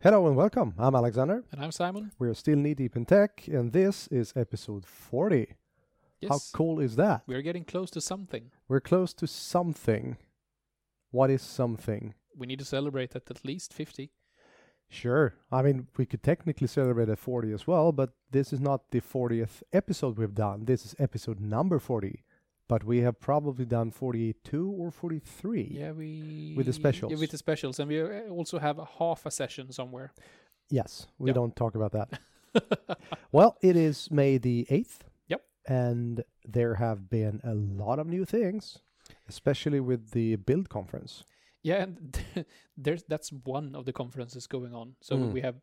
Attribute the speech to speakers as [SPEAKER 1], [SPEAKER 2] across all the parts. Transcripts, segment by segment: [SPEAKER 1] Hello and welcome. I'm Alexander.
[SPEAKER 2] And I'm Simon.
[SPEAKER 1] We're still knee deep in tech, and this is episode 40.
[SPEAKER 2] Yes.
[SPEAKER 1] How cool is that?
[SPEAKER 2] We're getting close to something.
[SPEAKER 1] We're close to something. What is something?
[SPEAKER 2] We need to celebrate at at least 50.
[SPEAKER 1] Sure. I mean, we could technically celebrate at 40 as well, but this is not the 40th episode we've done. This is episode number 40. But we have probably done 42 or 43.
[SPEAKER 2] Yeah, we.
[SPEAKER 1] With the specials.
[SPEAKER 2] Yeah, with the specials. And we uh, also have a half a session somewhere.
[SPEAKER 1] Yes, we
[SPEAKER 2] Yeah.
[SPEAKER 1] don't talk about that. well, it is May the 8th.
[SPEAKER 2] Yep.
[SPEAKER 1] And there have been a lot of new things, especially with the build conference.
[SPEAKER 2] Yeah, and there's that's one of the conferences going on. So
[SPEAKER 1] Mm.
[SPEAKER 2] we have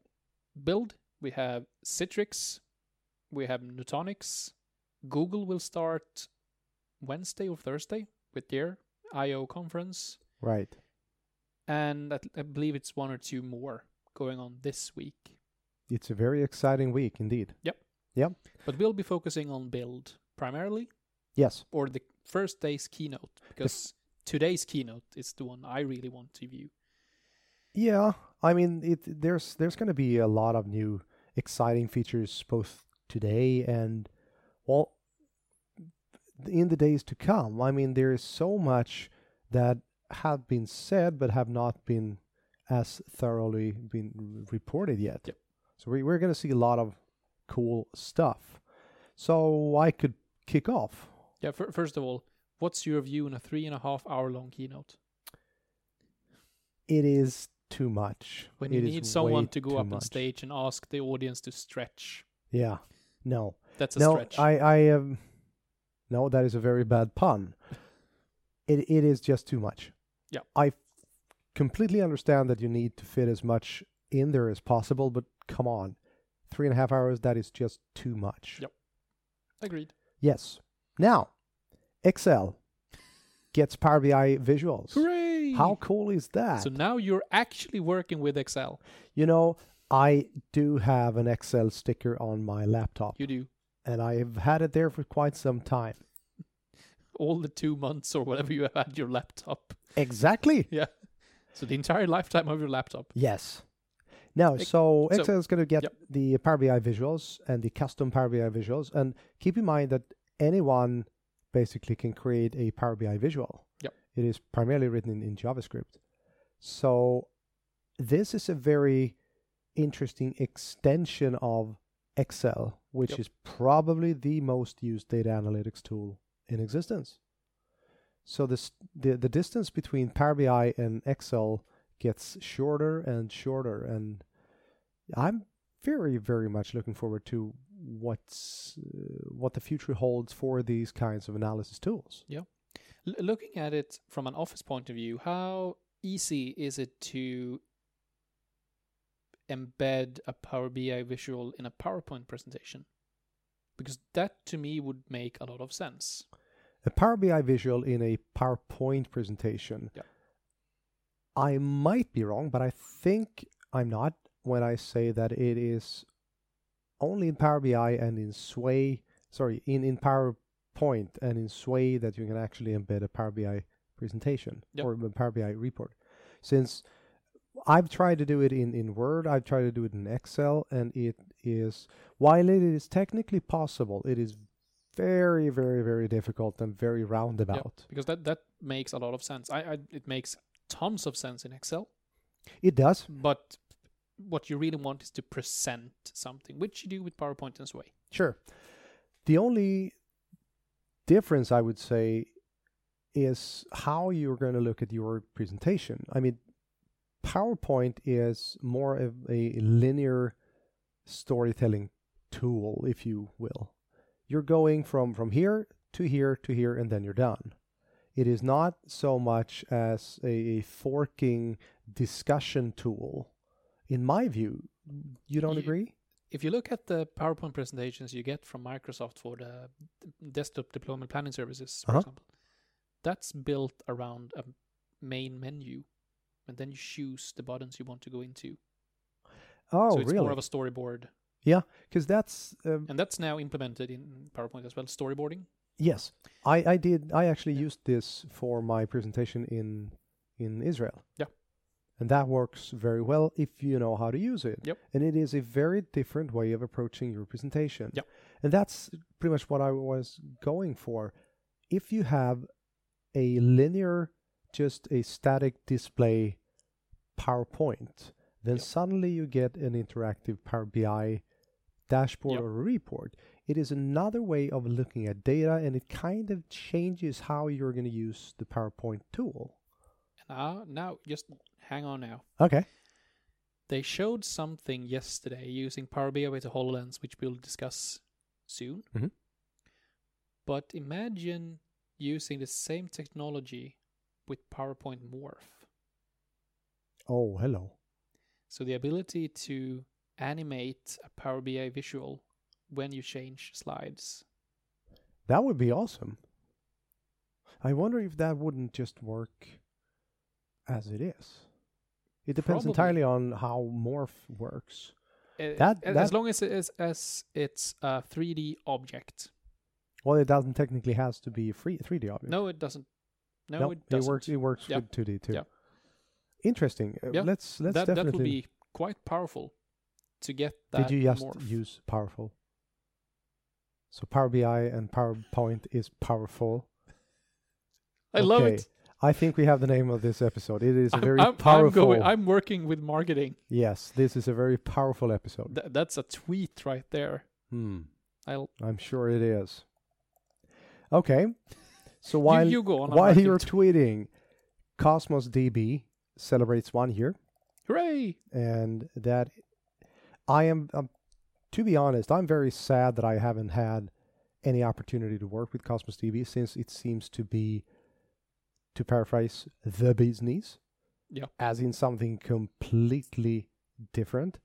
[SPEAKER 2] Build, we have Citrix, we have Nutanix. Google will start Wednesday or Thursday with their I/O conference,
[SPEAKER 1] Right.
[SPEAKER 2] and I, I believe it's one or two more going on this week.
[SPEAKER 1] It's a very exciting week indeed.
[SPEAKER 2] But we'll be focusing on Build primarily.
[SPEAKER 1] Yes.
[SPEAKER 2] or the first day's keynote because today's keynote is the one I really want to view.
[SPEAKER 1] Yeah. I mean, it there's there's going to be a lot of new exciting features both today and all in the days to come. I mean, there is so much that have been said but have not been as thoroughly been reported yet.
[SPEAKER 2] Yep.
[SPEAKER 1] So we, we're going to see a lot of cool stuff. So I could kick off.
[SPEAKER 2] Yeah, fir- first of all, what's your view on a three and a half hour long keynote
[SPEAKER 1] It is too much.
[SPEAKER 2] when
[SPEAKER 1] It
[SPEAKER 2] you
[SPEAKER 1] is
[SPEAKER 2] need someone
[SPEAKER 1] way
[SPEAKER 2] to go
[SPEAKER 1] too
[SPEAKER 2] up on
[SPEAKER 1] much.
[SPEAKER 2] stage and ask the audience to stretch?
[SPEAKER 1] Yeah. No.
[SPEAKER 2] That's a
[SPEAKER 1] no,
[SPEAKER 2] stretch.
[SPEAKER 1] I, I um, no, that is a very bad pun. It, it is just too much.
[SPEAKER 2] Yeah.
[SPEAKER 1] I f- completely understand that you need to fit as much in there as possible, but come on, three and a half hours, that is just too much.
[SPEAKER 2] Yep. Agreed.
[SPEAKER 1] Yes. Now, Excel gets Power BI visuals.
[SPEAKER 2] Hooray!
[SPEAKER 1] How cool is that?
[SPEAKER 2] So now you're actually working with Excel.
[SPEAKER 1] you know, I do have an Excel sticker on my laptop,
[SPEAKER 2] You do
[SPEAKER 1] and I've had it there for quite some time.
[SPEAKER 2] all the two months or whatever you have had your laptop.
[SPEAKER 1] Exactly.
[SPEAKER 2] So the entire lifetime of your laptop.
[SPEAKER 1] Yes. Now,
[SPEAKER 2] Ex-
[SPEAKER 1] so
[SPEAKER 2] so-
[SPEAKER 1] Excel is going to get
[SPEAKER 2] yep.
[SPEAKER 1] the Power BI visuals and the custom Power BI visuals. And keep in mind that anyone basically can create a Power BI visual.
[SPEAKER 2] Yep.
[SPEAKER 1] It is primarily written in, in JavaScript. So this is a very interesting extension of Excel, which
[SPEAKER 2] Yep.
[SPEAKER 1] is probably the most used data analytics tool in existence. So this, the, the distance between Power BI and Excel gets shorter and shorter and i'm very very much looking forward to what's uh, what the future holds for these kinds of analysis tools
[SPEAKER 2] L- looking at it from an office point of view, how easy is it to embed a Power BI visual in a PowerPoint presentation? Because that to me would make a lot of sense.
[SPEAKER 1] a power bi visual in a powerpoint presentation
[SPEAKER 2] Yep.
[SPEAKER 1] i might be wrong but i think i'm not when i say that it is only in power bi and in sway sorry in in powerpoint and in sway that you can actually embed a power bi presentation
[SPEAKER 2] Yep.
[SPEAKER 1] or a power bi report since I've tried to do it in, in Word, I've tried to do it in Excel, and it is, while it is technically possible, it is very, very, very difficult and very
[SPEAKER 2] Yeah,
[SPEAKER 1] roundabout.
[SPEAKER 2] because that, that makes a lot of sense. I, I It makes tons of sense in Excel,
[SPEAKER 1] It does,
[SPEAKER 2] but what you really want is to present something, which you do with PowerPoint in Sway.
[SPEAKER 1] sure. The only difference I would say is how you're going to look at your presentation. I mean, PowerPoint is more of a linear storytelling tool, if you will. You're going from from here to here to here, and then you're done. It is not so much as a, a forking discussion tool, in my view. You don't
[SPEAKER 2] Ye-
[SPEAKER 1] agree?
[SPEAKER 2] if you look at the PowerPoint presentations you get from Microsoft for the desktop deployment planning services, for
[SPEAKER 1] Uh-huh.
[SPEAKER 2] example, that's built around a main menu, and then you choose the buttons you want to go into.
[SPEAKER 1] Oh,
[SPEAKER 2] so it's
[SPEAKER 1] really?
[SPEAKER 2] more of a storyboard,
[SPEAKER 1] Because that's um,
[SPEAKER 2] and that's now implemented in PowerPoint as well. Storyboarding.
[SPEAKER 1] yes. I I did. I actually used this for my presentation in in Israel.
[SPEAKER 2] Yeah.
[SPEAKER 1] and that works very well if you know how to use it.
[SPEAKER 2] Yep.
[SPEAKER 1] And it is a very different way of approaching your presentation.
[SPEAKER 2] Yep.
[SPEAKER 1] And that's pretty much what I was going for. If you have a linear, just a static display PowerPoint, then
[SPEAKER 2] Yep.
[SPEAKER 1] suddenly you get an interactive Power BI dashboard
[SPEAKER 2] Yep.
[SPEAKER 1] or a report. It is another way of looking at data and it kind of changes how you're going to use the PowerPoint tool.
[SPEAKER 2] Now, ah, now, just hang on now.
[SPEAKER 1] Okay.
[SPEAKER 2] They showed something yesterday using Power BI with HoloLens, which we'll discuss soon.
[SPEAKER 1] Mhm.
[SPEAKER 2] But imagine using the same technology with PowerPoint Morph.
[SPEAKER 1] Oh, hello.
[SPEAKER 2] So the ability to animate a Power BI visual when you change slides.
[SPEAKER 1] That would be awesome. I wonder if that wouldn't just work as it is. It depends
[SPEAKER 2] Probably.
[SPEAKER 1] entirely on how morph works.
[SPEAKER 2] Uh,
[SPEAKER 1] That-
[SPEAKER 2] a-
[SPEAKER 1] that-
[SPEAKER 2] as long as it is, as it's a 3D object.
[SPEAKER 1] Well, it doesn't technically has to be free 3D object.
[SPEAKER 2] No, it doesn't. No,
[SPEAKER 1] Nope,
[SPEAKER 2] it doesn't.
[SPEAKER 1] works. It works
[SPEAKER 2] Yep.
[SPEAKER 1] with 2D too.
[SPEAKER 2] Yep.
[SPEAKER 1] Interesting. Uh,
[SPEAKER 2] Yep.
[SPEAKER 1] Let's let's
[SPEAKER 2] that
[SPEAKER 1] definitely.
[SPEAKER 2] that would be quite powerful to get that.
[SPEAKER 1] Did you just
[SPEAKER 2] morph.
[SPEAKER 1] use powerful? So Power BI and PowerPoint is powerful.
[SPEAKER 2] I love
[SPEAKER 1] Okay.
[SPEAKER 2] it.
[SPEAKER 1] I think we have the name of this episode. It is a
[SPEAKER 2] I'm-
[SPEAKER 1] very
[SPEAKER 2] I'm, I'm,
[SPEAKER 1] powerful.
[SPEAKER 2] going, I'm working with marketing.
[SPEAKER 1] yes, this is a very powerful episode.
[SPEAKER 2] Th- that's a tweet right there.
[SPEAKER 1] Hmm.
[SPEAKER 2] I'll
[SPEAKER 1] I'm sure it is. Okay. So
[SPEAKER 2] why
[SPEAKER 1] while
[SPEAKER 2] you, you go on. I'm
[SPEAKER 1] while
[SPEAKER 2] writing
[SPEAKER 1] you're
[SPEAKER 2] tw-
[SPEAKER 1] tweeting, Cosmos DB celebrates one year,
[SPEAKER 2] hooray!
[SPEAKER 1] and that I am. Um, to be honest, I'm very sad that I haven't had any opportunity to work with Cosmos DB since it seems to be, to paraphrase, the business.
[SPEAKER 2] Yeah.
[SPEAKER 1] As in something completely different.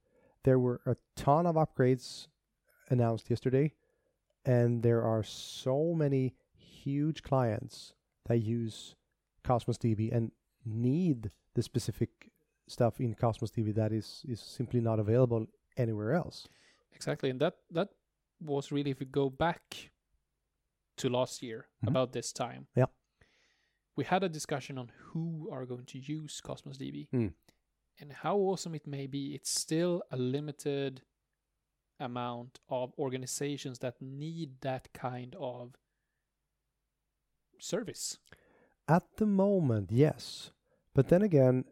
[SPEAKER 1] There were a ton of upgrades announced yesterday, and there are so many huge clients that use Cosmos DB and need the specific stuff in Cosmos DB that is, is simply not available anywhere else.
[SPEAKER 2] Exactly, and that that was really if we go back to last year
[SPEAKER 1] Mhm.
[SPEAKER 2] about this time.
[SPEAKER 1] Yeah.
[SPEAKER 2] we had a discussion on who are going to use Cosmos DB
[SPEAKER 1] Mm.
[SPEAKER 2] and how awesome it may be. It's still a limited amount of organizations that need that kind of service.
[SPEAKER 1] At the moment, yes. But then again,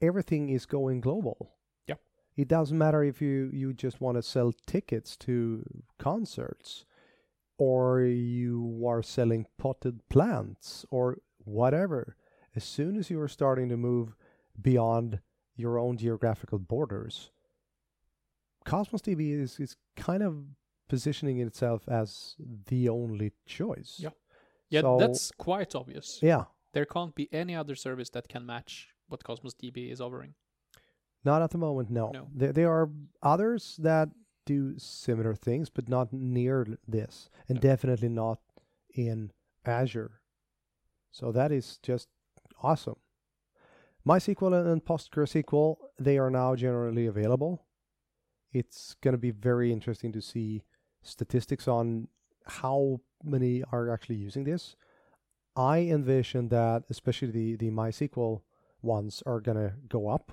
[SPEAKER 1] everything is going global.
[SPEAKER 2] Yeah.
[SPEAKER 1] It doesn't matter if you, you just want to sell tickets to concerts or you are selling potted plants or whatever. As soon as you are starting to move beyond your own geographical borders, Cosmos DB is, is kind of positioning itself as the only choice.
[SPEAKER 2] Yeah. Yeah,
[SPEAKER 1] So-
[SPEAKER 2] that's quite obvious.
[SPEAKER 1] Yeah.
[SPEAKER 2] There can't be any other service that can match what Cosmos DB is offering.
[SPEAKER 1] Not at the moment, no.
[SPEAKER 2] No.
[SPEAKER 1] There, there are others that do similar things, but not near l- this, and
[SPEAKER 2] No.
[SPEAKER 1] definitely not in Azure. So that is just awesome. MySQL and- and PostgreSQL, they are now generally available. It's going to be very interesting to see statistics on how many are actually using this. I envision that, especially the, the MySQL ones, are going to go up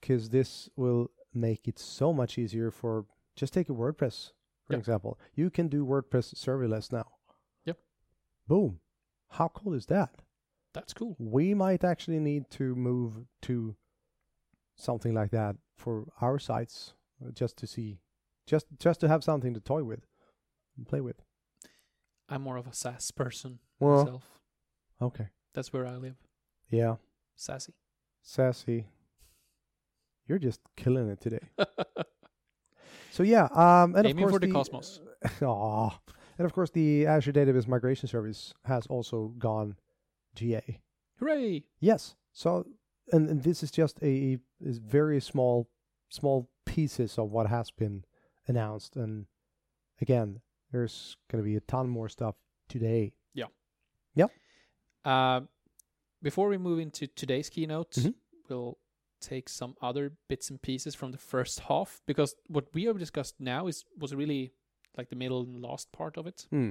[SPEAKER 1] because this will make it so much easier for just take a WordPress for
[SPEAKER 2] Yeah.
[SPEAKER 1] example. You can do WordPress serverless now.
[SPEAKER 2] Yep.
[SPEAKER 1] Boom. How cool is that?
[SPEAKER 2] That's cool.
[SPEAKER 1] We might actually need to move to something like that for our sites uh, just to see just just to have something to toy with and play with.
[SPEAKER 2] I'm more of a SaaS person
[SPEAKER 1] Well,
[SPEAKER 2] myself.
[SPEAKER 1] okay.
[SPEAKER 2] That's where I live.
[SPEAKER 1] Yeah.
[SPEAKER 2] Sassy.
[SPEAKER 1] Sassy. You're just killing it today. So yeah, um and of
[SPEAKER 2] Aiming
[SPEAKER 1] course
[SPEAKER 2] for the,
[SPEAKER 1] the uh,
[SPEAKER 2] cosmos.
[SPEAKER 1] Aw. And of course, the Azure Database Migration Service has also gone GA.
[SPEAKER 2] Hooray!
[SPEAKER 1] Yes. So, and, and this is just a, is very small, small pieces of what has been announced. And again, there's going to be a ton more stuff today.
[SPEAKER 2] Uh, before we move into today's keynote,
[SPEAKER 1] Mhm.
[SPEAKER 2] we'll take some other bits and pieces from the first half because what we have discussed now is was really like the middle and last part of it.
[SPEAKER 1] Hmm.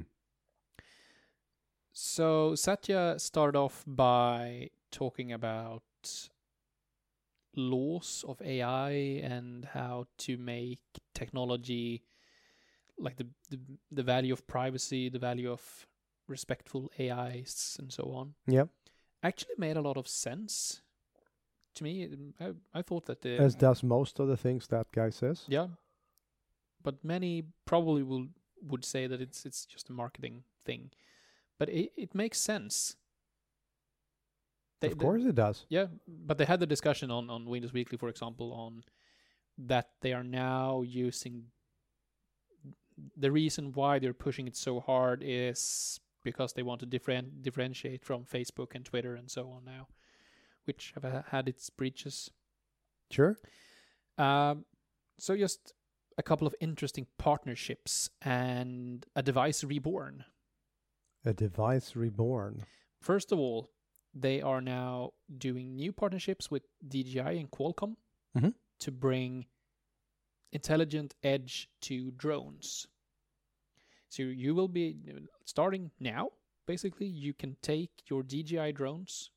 [SPEAKER 2] So Satya started off by talking about laws of AI and how to make technology like the, the the value of privacy, the value of respectful AIs and so on.
[SPEAKER 1] Yep.
[SPEAKER 2] Actually made a lot of sense to me. I, I thought that the
[SPEAKER 1] as does most of the things that guy says.
[SPEAKER 2] yeah. But many probably will would say that it's it's just a marketing thing. But it, it makes sense. They-
[SPEAKER 1] of
[SPEAKER 2] they-
[SPEAKER 1] course it does.
[SPEAKER 2] yeah, but they had the discussion on on Windows Weekly, for example, on that they are now using the reason why they're pushing it so hard is because they want to different differentiate from Facebook and Twitter and so on now, which have ha- had its breaches.
[SPEAKER 1] Sure.
[SPEAKER 2] Um, so just a couple of interesting partnerships and a device reborn.
[SPEAKER 1] A device reborn.
[SPEAKER 2] First of all, they are now doing new partnerships with DJI and Qualcomm
[SPEAKER 1] Mhm.
[SPEAKER 2] to bring intelligent edge to drones. So you will be starting now. Basically, you can take your DJI drones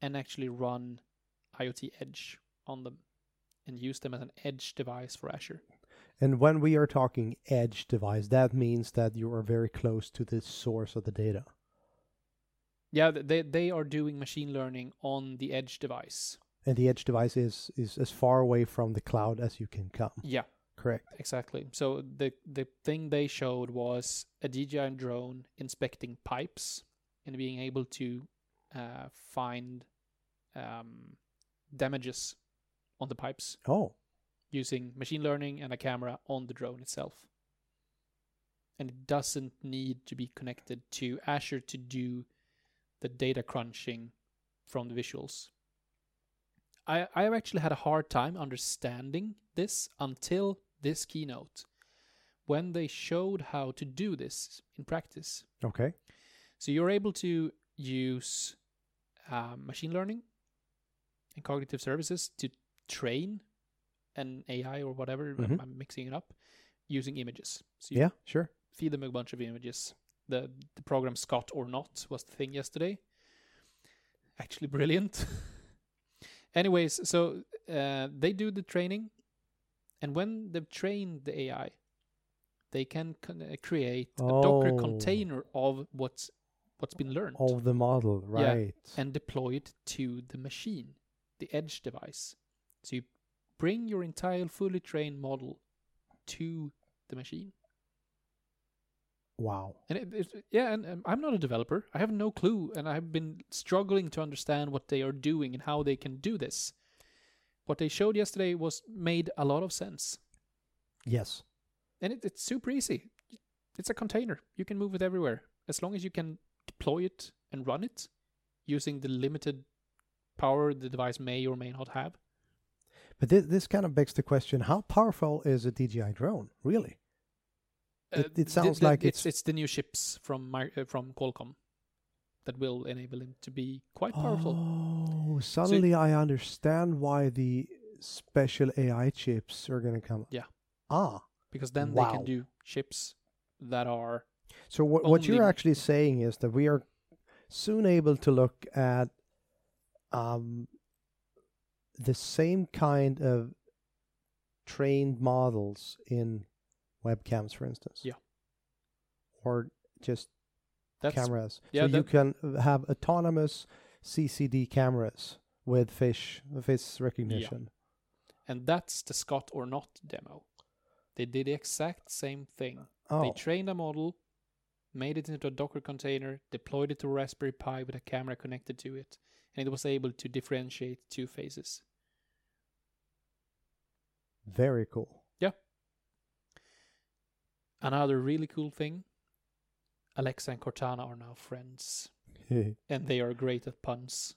[SPEAKER 2] and actually run IoT Edge on them and use them as an edge device for Azure.
[SPEAKER 1] And when we are talking edge device, that means that you are very close to the source of the data.
[SPEAKER 2] Yeah, th- they they are doing machine learning on the edge device.
[SPEAKER 1] And the edge device is, is as far away from the cloud as you can come.
[SPEAKER 2] Yeah.
[SPEAKER 1] Correct.
[SPEAKER 2] Exactly. So the the thing they showed was a DJI drone inspecting pipes and being able to uh, find um, damages on the pipes
[SPEAKER 1] Oh,
[SPEAKER 2] using machine learning and a camera on the drone itself. And it doesn't need to be connected to Azure to do the data crunching from the visuals. I, I actually had a hard time understanding this until this keynote when they showed how to do this in practice.
[SPEAKER 1] okay.
[SPEAKER 2] So you're able to use uh, machine learning and cognitive services to train an AI or whatever. I'm-
[SPEAKER 1] Mhm.
[SPEAKER 2] I'm mixing it up using images. So you
[SPEAKER 1] Yeah, sure.
[SPEAKER 2] feed them a bunch of images. The the program Scott or not was the thing yesterday. Actually brilliant. Anyways, so uh, they do the training, and when they've trained the AI, they can con- uh, create a Docker
[SPEAKER 1] Oh.
[SPEAKER 2] container of what's what's been learned
[SPEAKER 1] Of the model,
[SPEAKER 2] Yeah.
[SPEAKER 1] right.
[SPEAKER 2] and deploy it to the machine, the edge device. So you bring your entire fully trained model to the machine.
[SPEAKER 1] wow.
[SPEAKER 2] And it, it, yeah, and, um, I'm not a developer. I have no clue, and I've been struggling to understand what they are doing and how they can do this. What they showed yesterday was made a lot of sense,
[SPEAKER 1] Yes.
[SPEAKER 2] and it, it's super easy. It's a container; you can move it everywhere as long as you can deploy it and run it using the limited power the device may or may not have.
[SPEAKER 1] But this, this kind of begs the question how powerful is a DJI drone, really? It- it
[SPEAKER 2] th-
[SPEAKER 1] sounds
[SPEAKER 2] th-
[SPEAKER 1] like
[SPEAKER 2] it's
[SPEAKER 1] it's-
[SPEAKER 2] Uh, the new ships from my, uh, from Qualcomm that will enable him to be quite powerful.
[SPEAKER 1] Oh, suddenly I understand why the special AI chips are going to come.
[SPEAKER 2] Yeah.
[SPEAKER 1] Ah,
[SPEAKER 2] because then they
[SPEAKER 1] Wow.
[SPEAKER 2] can do chips that are
[SPEAKER 1] so what, what you're
[SPEAKER 2] Only-
[SPEAKER 1] actually saying is that we are soon able to look at um, the same kind of trained models in webcams, for instance.
[SPEAKER 2] Yeah.
[SPEAKER 1] Or just
[SPEAKER 2] that's
[SPEAKER 1] cameras.
[SPEAKER 2] yeah,
[SPEAKER 1] so you
[SPEAKER 2] that-
[SPEAKER 1] can have autonomous CCD cameras with fish face recognition.
[SPEAKER 2] and that's the Scott or not demo. They did the exact same thing. They
[SPEAKER 1] Oh,
[SPEAKER 2] trained a model, made it into a Docker container, deployed it to a Raspberry Pi with a camera connected to it, and it was able to differentiate two faces.
[SPEAKER 1] very cool.
[SPEAKER 2] Another really cool thing, Alexa and Cortana are now friends, and they are great at puns.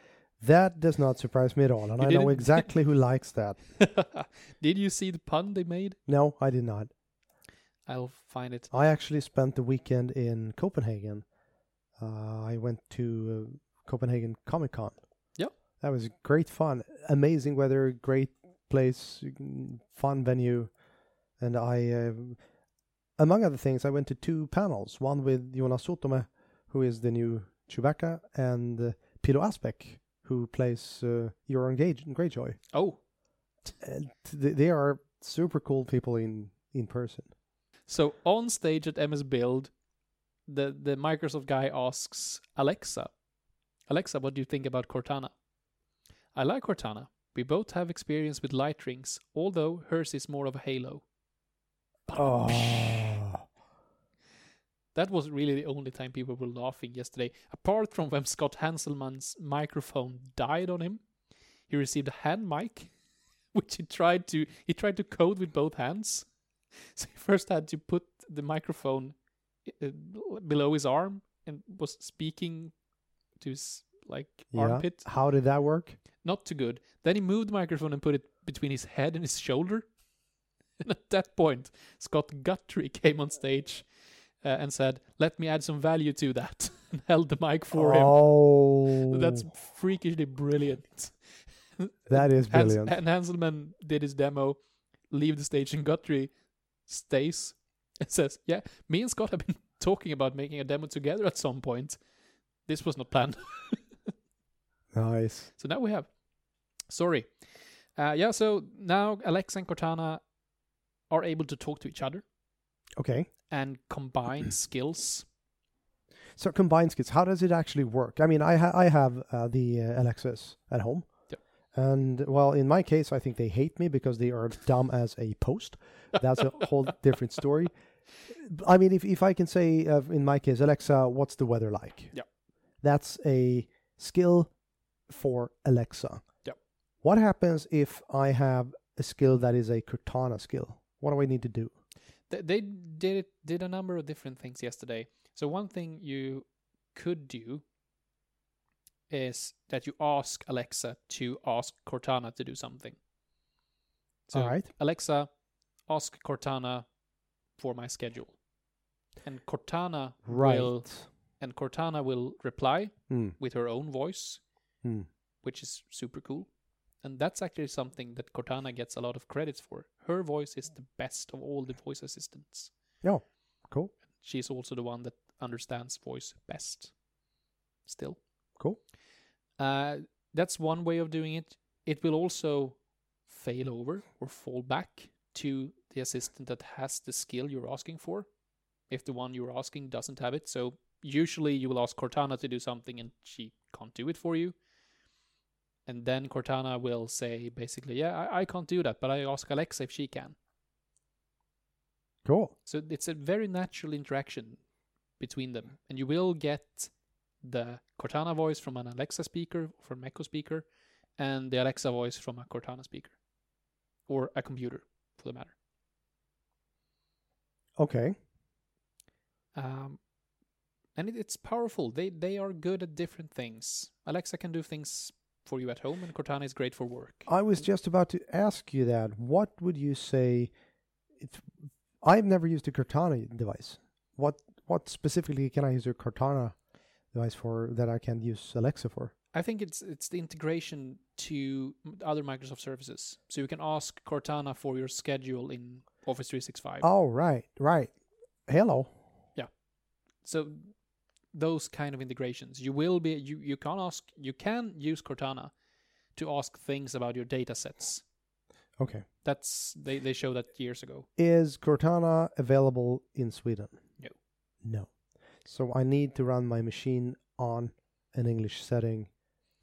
[SPEAKER 1] that does not surprise me at all, and
[SPEAKER 2] You
[SPEAKER 1] I know
[SPEAKER 2] didn't-
[SPEAKER 1] exactly who likes that.
[SPEAKER 2] did you see the pun they made?
[SPEAKER 1] No, I did not.
[SPEAKER 2] I'll find it.
[SPEAKER 1] I actually spent the weekend in Copenhagen. Uh, I went to uh, Copenhagen Comic Con.
[SPEAKER 2] Yep.
[SPEAKER 1] That was great fun. Amazing weather, great place, mm, fun venue. And I, uh, among other things, I went to two panels one with Jonas Sotome, who is the new Chewbacca, and uh, Pilo Asbeck, who plays uh, Euron Gage- Greyjoy.
[SPEAKER 2] Oh,
[SPEAKER 1] And th- they are super cool people in in person.
[SPEAKER 2] so on stage at MS Build, the the Microsoft guy asks Alexa, Alexa, what do you think about Cortana? I like Cortana. We both have experience with light rings, although hers is more of a halo. That was really the only time people were laughing yesterday. Apart from when Scott Hanselman's microphone died on him, he received a hand mic, which he tried to he tried to code with both hands. So he first had to put the microphone uh, below his arm and was speaking to his like
[SPEAKER 1] yeah.
[SPEAKER 2] armpit,
[SPEAKER 1] How did that work?
[SPEAKER 2] not too good. Then he moved the microphone and put it between his head and his shoulder. And at that point, Scott Guthrie came on stage uh, and said, "Let me add some value to that," and held the mic for him.
[SPEAKER 1] oh,
[SPEAKER 2] That's freakishly brilliant.
[SPEAKER 1] that is
[SPEAKER 2] Hans-
[SPEAKER 1] brilliant.
[SPEAKER 2] and Hanselman did his demo, leave the stage, and Guthrie stays and says, "Yeah, me and Scott have been talking about making a demo together at some point. This was not planned."
[SPEAKER 1] nice.
[SPEAKER 2] So now we have. Sorry. Uh, yeah, so now Alexa and Cortana are able to talk to each other
[SPEAKER 1] Okay.
[SPEAKER 2] and combine skills.
[SPEAKER 1] So combined skills, how does it actually work? I mean, I ha- I have uh, the uh, Alexas at home,
[SPEAKER 2] Yep.
[SPEAKER 1] and well, in my case, I think they hate me because they are dumb as a post. That's a whole different story. But, I mean, if if I can say uh, in my case, Alexa, what's the weather like?
[SPEAKER 2] Yep.
[SPEAKER 1] that's a skill for Alexa.
[SPEAKER 2] Yep.
[SPEAKER 1] What happens if I have a skill that is a Cortana skill? What do I need to do?
[SPEAKER 2] Th- they did it, did a number of different things yesterday. So one thing you could do is that you ask Alexa to ask Cortana to do something. So
[SPEAKER 1] All right.
[SPEAKER 2] Alexa, ask Cortana for my schedule. And Cortana will and Cortana will reply
[SPEAKER 1] Hmm.
[SPEAKER 2] with her own voice,
[SPEAKER 1] Hmm.
[SPEAKER 2] which is super cool. And that's actually something that Cortana gets a lot of credits for. Her voice is the best of all the voice assistants.
[SPEAKER 1] Yeah. Oh, Cool.
[SPEAKER 2] She's also the one that understands voice best. Still.
[SPEAKER 1] Cool.
[SPEAKER 2] Uh, that's one way of doing it. It will also fail over or fall back to the assistant that has the skill you're asking for if the one you're asking doesn't have it. So usually you will ask Cortana to do something and she can't do it for you. And then Cortana will say basically, yeah, I, I can't do that, but I ask Alexa if she can.
[SPEAKER 1] Cool.
[SPEAKER 2] So it's a very natural interaction between them, and you will get the Cortana voice from an Alexa speaker or from an Echo speaker, and the Alexa voice from a Cortana speaker or a computer, for the matter.
[SPEAKER 1] Okay.
[SPEAKER 2] Um, and it, it's powerful. They they are good at different things. Alexa can do things for you at home, and Cortana is great for work.
[SPEAKER 1] I was just about to ask you that. What would you say? It, I've never used a Cortana device. What what specifically can I use a Cortana device for that I can use Alexa for?
[SPEAKER 2] I think it's it's the integration to m- other Microsoft services, so you can ask Cortana for your schedule in Office 365.
[SPEAKER 1] Oh right, right. Hello.
[SPEAKER 2] so those kind of integrations you will be you you can ask you can use cortana to ask things about your data sets
[SPEAKER 1] Okay.
[SPEAKER 2] that's they they show that years ago
[SPEAKER 1] Is Cortana available in Sweden?
[SPEAKER 2] No.
[SPEAKER 1] No. So I need to run my machine on an English setting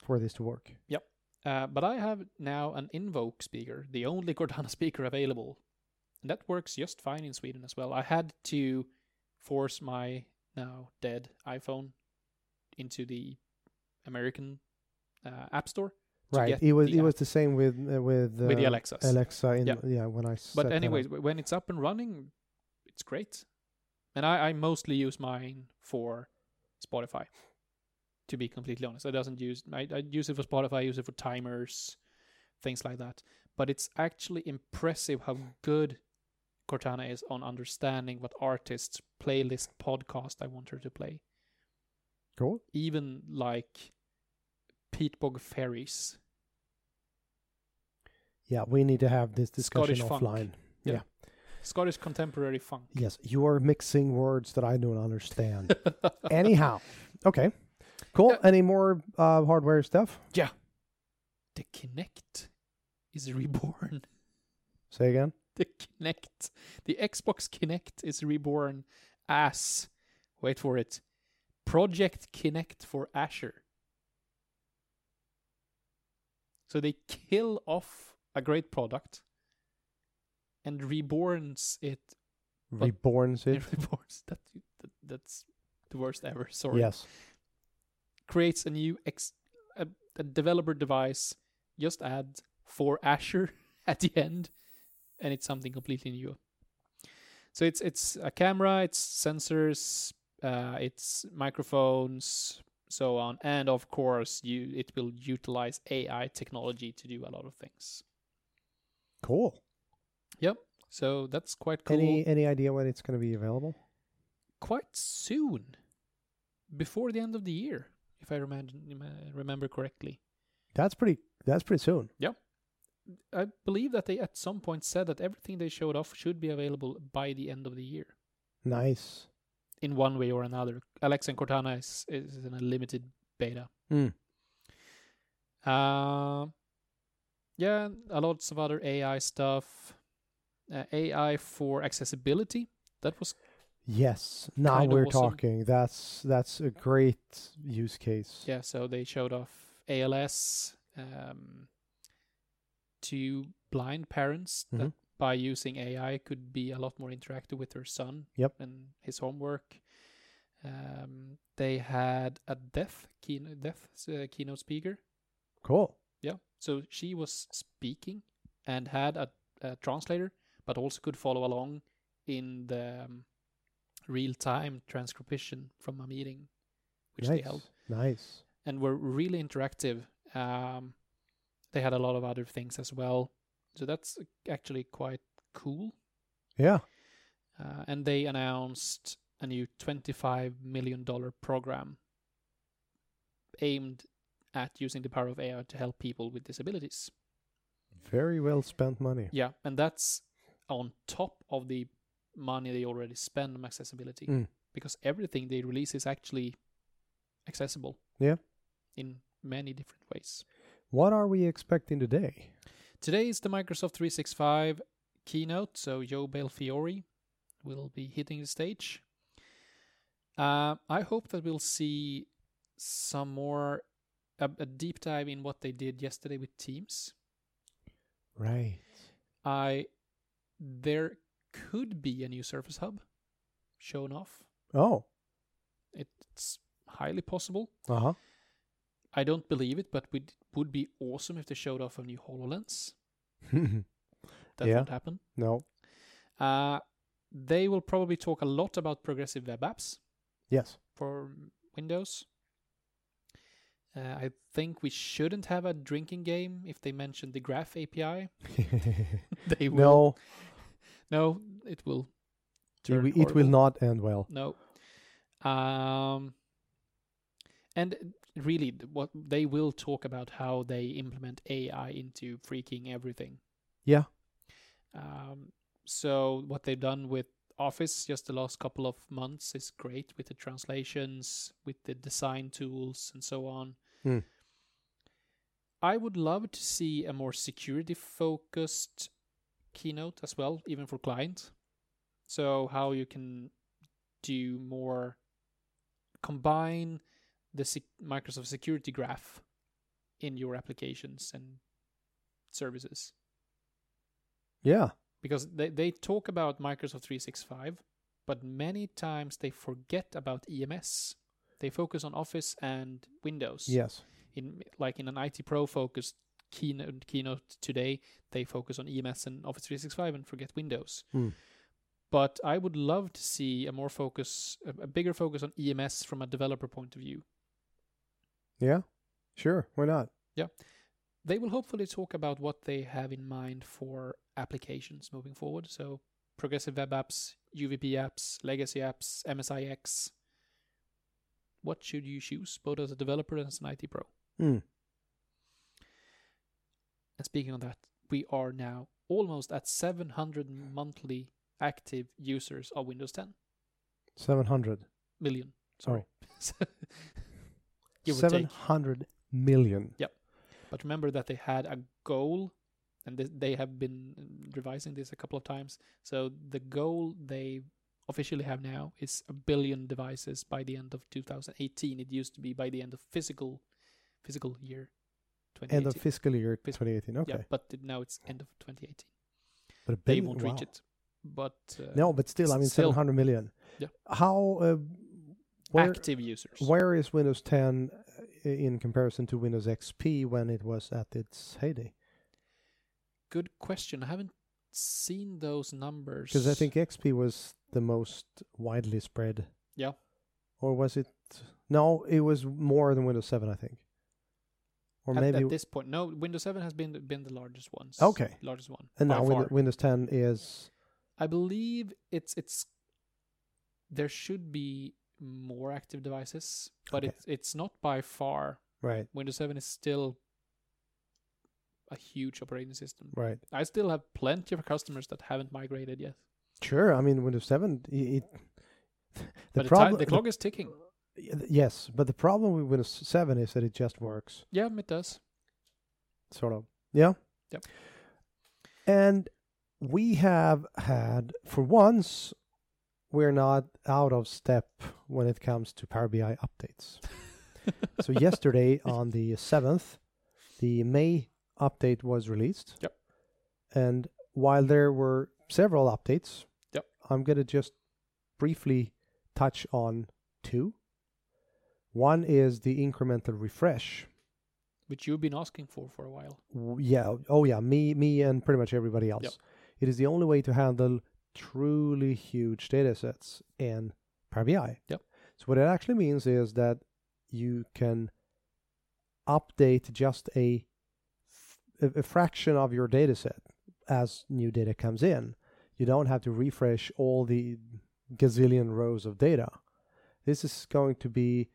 [SPEAKER 1] for this to work.
[SPEAKER 2] uh, but i have now an invoke speaker the only cortana speaker available and that works just fine in sweden as well i had to force my now dead iphone into the american uh, app store to
[SPEAKER 1] Right.
[SPEAKER 2] get
[SPEAKER 1] It was
[SPEAKER 2] the
[SPEAKER 1] it
[SPEAKER 2] app.
[SPEAKER 1] was the same with uh, with uh,
[SPEAKER 2] with the alexas
[SPEAKER 1] Alexa. In, yeah.
[SPEAKER 2] Yeah.
[SPEAKER 1] When I set
[SPEAKER 2] But
[SPEAKER 1] that up.
[SPEAKER 2] anyways, w- when it's up and running, it's great. And I, I mostly use mine for Spotify. To be completely honest, I doesn't use I, I use it for Spotify. I use it for timers, things like that. But it's actually impressive how good Cortana is on understanding what artists, playlist, podcast I want her to play.
[SPEAKER 1] Cool.
[SPEAKER 2] Even like Pete Bog Ferries.
[SPEAKER 1] Yeah, we need to have this discussion
[SPEAKER 2] Scottish funk.
[SPEAKER 1] offline.
[SPEAKER 2] Yeah.
[SPEAKER 1] Yeah.
[SPEAKER 2] Scottish contemporary funk.
[SPEAKER 1] Yes, you are mixing words that I don't understand. Anyhow, okay. Cool.
[SPEAKER 2] Yeah.
[SPEAKER 1] Any more uh, hardware stuff?
[SPEAKER 2] The Kinect is reborn.
[SPEAKER 1] Say again.
[SPEAKER 2] The Kinect, the Xbox Kinect is reborn as, wait for it, Project Kinect for Azure. So they kill off a great product and reborns it. But-
[SPEAKER 1] Reborns it.
[SPEAKER 2] reborns that, that that's the worst ever. Sorry.
[SPEAKER 1] Yes.
[SPEAKER 2] Creates a new ex, a, a developer device. Just add for Azure at the end, and it's something completely new. So it's it's a camera, it's sensors, uh, it's microphones, so on, and of course you it will utilize AI technology to do a lot of things.
[SPEAKER 1] Cool.
[SPEAKER 2] Yep. So that's quite cool.
[SPEAKER 1] Any any idea when it's going to be available?
[SPEAKER 2] quite soon, before the end of the year, if I remember remember correctly.
[SPEAKER 1] That's pretty. That's pretty soon.
[SPEAKER 2] I believe that they at some point said that everything they showed off should be available by the end of the year,
[SPEAKER 1] Nice.
[SPEAKER 2] in one way or another. Alexa and Cortana is is in a limited beta.
[SPEAKER 1] Mm.
[SPEAKER 2] Uh, yeah, a lots of other AI stuff. Uh, AI for accessibility. That was
[SPEAKER 1] Yes. Now
[SPEAKER 2] Kinda
[SPEAKER 1] we're
[SPEAKER 2] awesome.
[SPEAKER 1] talking. That's that's a great use case.
[SPEAKER 2] Yeah, so they showed off ALS um, to blind parents that
[SPEAKER 1] Mhm.
[SPEAKER 2] by using AI could be a lot more interactive with their son
[SPEAKER 1] Yep.
[SPEAKER 2] and his homework. Um, they had a deaf keyno- deaf uh, keynote speaker.
[SPEAKER 1] Cool.
[SPEAKER 2] Yeah, so she was speaking and had a, a translator, but also could follow along in the um, real time transcription from a meeting, which
[SPEAKER 1] nice.
[SPEAKER 2] they held
[SPEAKER 1] Nice.
[SPEAKER 2] and were really interactive. Um, they had a lot of other things as well, so that's actually quite cool.
[SPEAKER 1] Yeah.
[SPEAKER 2] Uh, and they announced a new twenty-five million dollar program aimed at using the power of AI to help people with disabilities.
[SPEAKER 1] Very well spent money.
[SPEAKER 2] Yeah, and that's on top of the money they already spend on accessibility
[SPEAKER 1] Mm.
[SPEAKER 2] because everything they release is actually accessible.
[SPEAKER 1] Yeah.
[SPEAKER 2] In many different ways.
[SPEAKER 1] What are we expecting today?
[SPEAKER 2] Today is the Microsoft 365 keynote, so Joe Belfiore will be hitting the stage. Uh, I hope that we'll see some more a, a deep dive in what they did yesterday with Teams.
[SPEAKER 1] Right.
[SPEAKER 2] I there could be a new Surface Hub shown off.
[SPEAKER 1] Oh.
[SPEAKER 2] It's highly possible.
[SPEAKER 1] Uh huh.
[SPEAKER 2] I don't believe it, but it would be awesome if they showed off a new Hololens. That
[SPEAKER 1] Yeah.
[SPEAKER 2] won't happen.
[SPEAKER 1] no.
[SPEAKER 2] Uh, they will probably talk a lot about progressive web apps
[SPEAKER 1] Yes.
[SPEAKER 2] for Windows. Uh, I think we shouldn't have a drinking game if they mention the Graph API. They will.
[SPEAKER 1] no.
[SPEAKER 2] No, it will.
[SPEAKER 1] It,
[SPEAKER 2] turn
[SPEAKER 1] wi- it will
[SPEAKER 2] horrible.
[SPEAKER 1] not end well.
[SPEAKER 2] No. Um, and really, th- what they will talk about how they implement AI into freaking everything.
[SPEAKER 1] Yeah.
[SPEAKER 2] Um, so what they've done with Office just the last couple of months is great with the translations, with the design tools, and so on.
[SPEAKER 1] Hmm.
[SPEAKER 2] I would love to see a more security focused keynote as well, even for client. So how you can do more combine the sec- Microsoft security graph in your applications and services
[SPEAKER 1] Yeah.
[SPEAKER 2] because they, they talk about Microsoft 365, but many times they forget about EMS. They focus on Office and Windows.
[SPEAKER 1] Yes.
[SPEAKER 2] In like in an IT Pro focused keynote keynote today, they focus on EMS and Office 365 and forget Windows.
[SPEAKER 1] Hmm.
[SPEAKER 2] But I would love to see a more focus, a, a bigger focus on EMS from a developer point of view.
[SPEAKER 1] Yeah. Sure. Why not?
[SPEAKER 2] They will hopefully talk about what they have in mind for applications moving forward. So, progressive web apps, UVP apps, legacy apps, MSIX. What should you choose, both as a developer and as an IT pro?
[SPEAKER 1] Mm.
[SPEAKER 2] And speaking of that, we are now almost at 700 monthly active users of Windows 10
[SPEAKER 1] Seven hundred.
[SPEAKER 2] million. Sorry. Give or
[SPEAKER 1] Seven
[SPEAKER 2] take.
[SPEAKER 1] hundred million.
[SPEAKER 2] But remember that they had a goal, and th- they have been revising this a couple of times. So the goal they officially have now is a billion devices by the end of 2018. It used to be by the end of physical physical year 2018.
[SPEAKER 1] End of fiscal year
[SPEAKER 2] Fis-
[SPEAKER 1] 2018. Okay,
[SPEAKER 2] Yeah, but it- now it's end of 2018.
[SPEAKER 1] but a
[SPEAKER 2] They
[SPEAKER 1] billion-
[SPEAKER 2] won't
[SPEAKER 1] wow.
[SPEAKER 2] reach it. But uh,
[SPEAKER 1] No, but still, I mean,
[SPEAKER 2] Still.
[SPEAKER 1] 700 million.
[SPEAKER 2] Yeah.
[SPEAKER 1] How, uh, where,
[SPEAKER 2] active users.
[SPEAKER 1] where is Windows 10 i- in comparison to Windows XP when it was at its heyday?
[SPEAKER 2] Good question. I haven't seen those numbers.
[SPEAKER 1] Because I think XP was the most widely spread.
[SPEAKER 2] Yeah.
[SPEAKER 1] Or was it? No, it was more than Windows 7, I think. Or
[SPEAKER 2] at,
[SPEAKER 1] maybe.
[SPEAKER 2] at this point, no, Windows 7 has been been the largest one.
[SPEAKER 1] Okay.
[SPEAKER 2] largest one.
[SPEAKER 1] and
[SPEAKER 2] by
[SPEAKER 1] now
[SPEAKER 2] far.
[SPEAKER 1] Win- Windows 10 is.
[SPEAKER 2] I believe it's it's there should be more active devices, but
[SPEAKER 1] Okay.
[SPEAKER 2] it's it's not by far.
[SPEAKER 1] Right,
[SPEAKER 2] Windows 7 is still a huge operating system.
[SPEAKER 1] right.
[SPEAKER 2] I still have plenty of customers that haven't migrated yet.
[SPEAKER 1] Sure. I mean, Windows 7, i- it.
[SPEAKER 2] but
[SPEAKER 1] The
[SPEAKER 2] the,
[SPEAKER 1] problem,
[SPEAKER 2] time, the clock is ticking.
[SPEAKER 1] yes, but the problem with Windows 7 is that it just works.
[SPEAKER 2] Yeah, it does.
[SPEAKER 1] sort of. Yeah.
[SPEAKER 2] Yep.
[SPEAKER 1] And we have had, for once, we're not out of step when it comes to Power BI updates. so yesterday on the seventh, the May update was released.
[SPEAKER 2] Yep.
[SPEAKER 1] And while there were several updates,
[SPEAKER 2] Yep.
[SPEAKER 1] I'm gonna just briefly touch on two. One is the incremental refresh,
[SPEAKER 2] Which you've been asking for for a while.
[SPEAKER 1] w- yeah oh yeah me me and pretty much everybody else it is the only way to handle truly huge data sets in power bi
[SPEAKER 2] Yep.
[SPEAKER 1] so what it actually means is that you can update just a f- a, a fraction of your data set as new data comes in you don't have to refresh all the gazillion rows of data this is going to be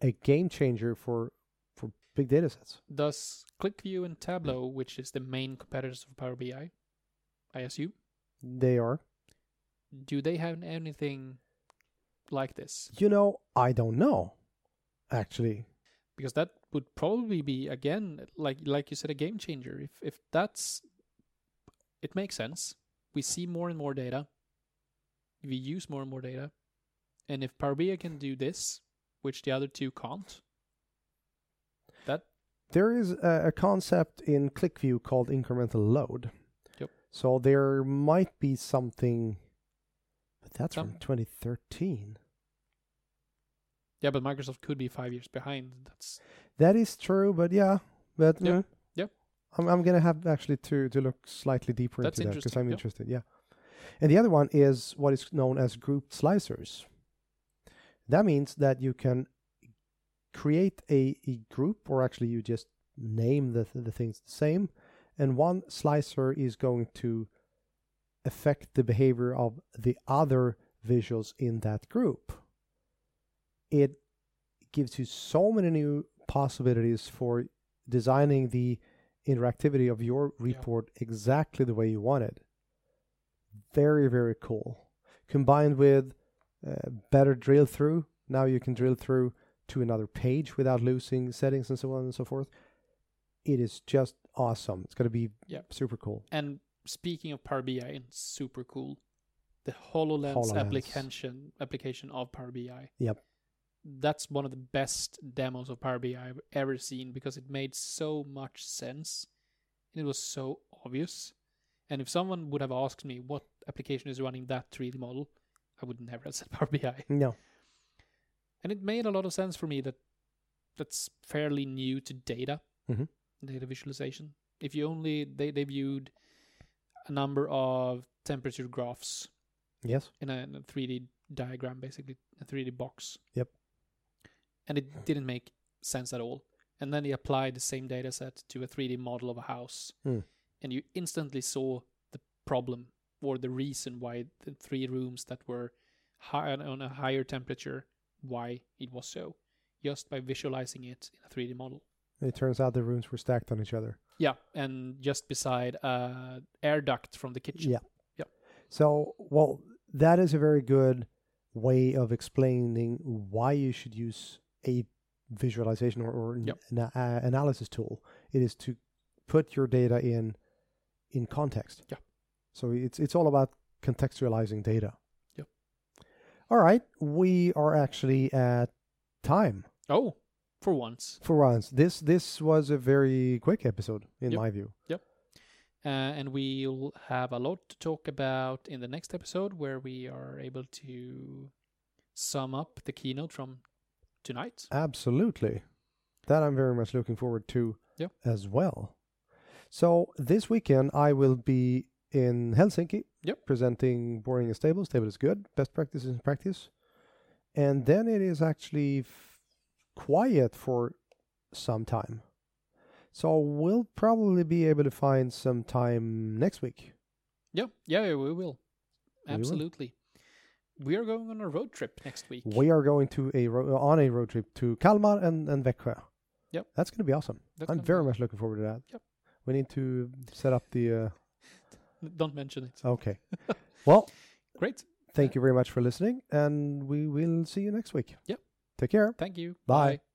[SPEAKER 1] a game changer for for big data sets
[SPEAKER 2] Thus, ClickView and Tableau, which is the main competitors of Power BI, I assume,
[SPEAKER 1] they are
[SPEAKER 2] do they have anything like this?
[SPEAKER 1] You know, I don't know. Actually,
[SPEAKER 2] because that would probably be again like like you said a game changer if if that's it makes sense we see more and more data we use more and more data and if power bi can do this which the other two can't that
[SPEAKER 1] there is a, a concept in ClickView called incremental load.
[SPEAKER 2] Yep.
[SPEAKER 1] So there might be something, but that's
[SPEAKER 2] Yeah.
[SPEAKER 1] from 2013.
[SPEAKER 2] yeah but microsoft could be five years behind that's
[SPEAKER 1] That is true, but yeah, but
[SPEAKER 2] Yeah,
[SPEAKER 1] mm,
[SPEAKER 2] yeah.
[SPEAKER 1] I'm, I'm gonna have actually to to look slightly deeper
[SPEAKER 2] That's
[SPEAKER 1] into that because
[SPEAKER 2] interesting,
[SPEAKER 1] I'm
[SPEAKER 2] yeah.
[SPEAKER 1] interested. Yeah, and the other one is what is known as grouped slicers. That means that you can create a, a group, or actually you just name the the things the same, and one slicer is going to affect the behavior of the other visuals in that group. It gives you so many new possibilities for designing the interactivity of your report exactly the way you want it. Very, very cool. Combined with uh, better drill through, now you can drill through to another page without losing settings and so on and so forth. It is just awesome. It's going to be
[SPEAKER 2] Yeah.
[SPEAKER 1] super cool.
[SPEAKER 2] and speaking of power bi and super cool the hololens,
[SPEAKER 1] HoloLens.
[SPEAKER 2] application application of power bi
[SPEAKER 1] Yep.
[SPEAKER 2] that's one of the best demos of Power BI I've ever seen because it made so much sense and it was so obvious. And if someone would have asked me what application is running that 3D model, I would never have said Power BI.
[SPEAKER 1] No.
[SPEAKER 2] And it made a lot of sense for me that that's fairly new to data,
[SPEAKER 1] Mhm.
[SPEAKER 2] data visualization. If you only they, they viewed a number of temperature graphs
[SPEAKER 1] Yes.
[SPEAKER 2] in a, in a 3D diagram, basically a 3D box.
[SPEAKER 1] Yep.
[SPEAKER 2] And it didn't make sense at all. And then they applied the same data set to a 3D model of a house,
[SPEAKER 1] Hmm.
[SPEAKER 2] and you instantly saw the problem or the reason why the three rooms that were high, on a higher temperature, why it was so, just by visualizing it in a 3D model.
[SPEAKER 1] It turns out the rooms were stacked on each other.
[SPEAKER 2] Yeah, and just beside uh, air duct from the kitchen.
[SPEAKER 1] Yeah.
[SPEAKER 2] Yeah.
[SPEAKER 1] So, well, that is a very good way of explaining why you should use a visualization or, or an-
[SPEAKER 2] Yep.
[SPEAKER 1] ana- uh, analysis tool. It is to put your data in in context.
[SPEAKER 2] Yeah.
[SPEAKER 1] So it's it's all about contextualizing data.
[SPEAKER 2] Yep.
[SPEAKER 1] All right, we are actually at time
[SPEAKER 2] Oh, for once.
[SPEAKER 1] for once. This this was a very quick episode in
[SPEAKER 2] Yep.
[SPEAKER 1] my view.
[SPEAKER 2] Uh, and we'll have a lot to talk about in the next episode where we are able to sum up the keynote from tonight.
[SPEAKER 1] Absolutely. That I'm very much looking forward to
[SPEAKER 2] Yep.
[SPEAKER 1] as well. So this weekend I will be in Helsinki
[SPEAKER 2] Yep.
[SPEAKER 1] presenting Boring is Stable. Stable is good. Best practices in practice. And then it is actually f- quiet for some time. So we'll probably be able to find some time next week.
[SPEAKER 2] Yeah, yeah, yeah, we will.
[SPEAKER 1] will.
[SPEAKER 2] Absolutely. We are going on a road trip next week.
[SPEAKER 1] We are going to a ro- on a road trip to Kalmar and, and Växjö.
[SPEAKER 2] Yep.
[SPEAKER 1] That's going to be awesome.
[SPEAKER 2] That's
[SPEAKER 1] I'm
[SPEAKER 2] gonna
[SPEAKER 1] very
[SPEAKER 2] be-
[SPEAKER 1] much looking forward to that.
[SPEAKER 2] Yep.
[SPEAKER 1] We need to set up the.
[SPEAKER 2] Don't mention it.
[SPEAKER 1] Uh, okay. well,
[SPEAKER 2] Great.
[SPEAKER 1] thank you very much for listening, and we will see you next week.
[SPEAKER 2] Yep.
[SPEAKER 1] Take care.
[SPEAKER 2] Thank you.
[SPEAKER 1] Bye.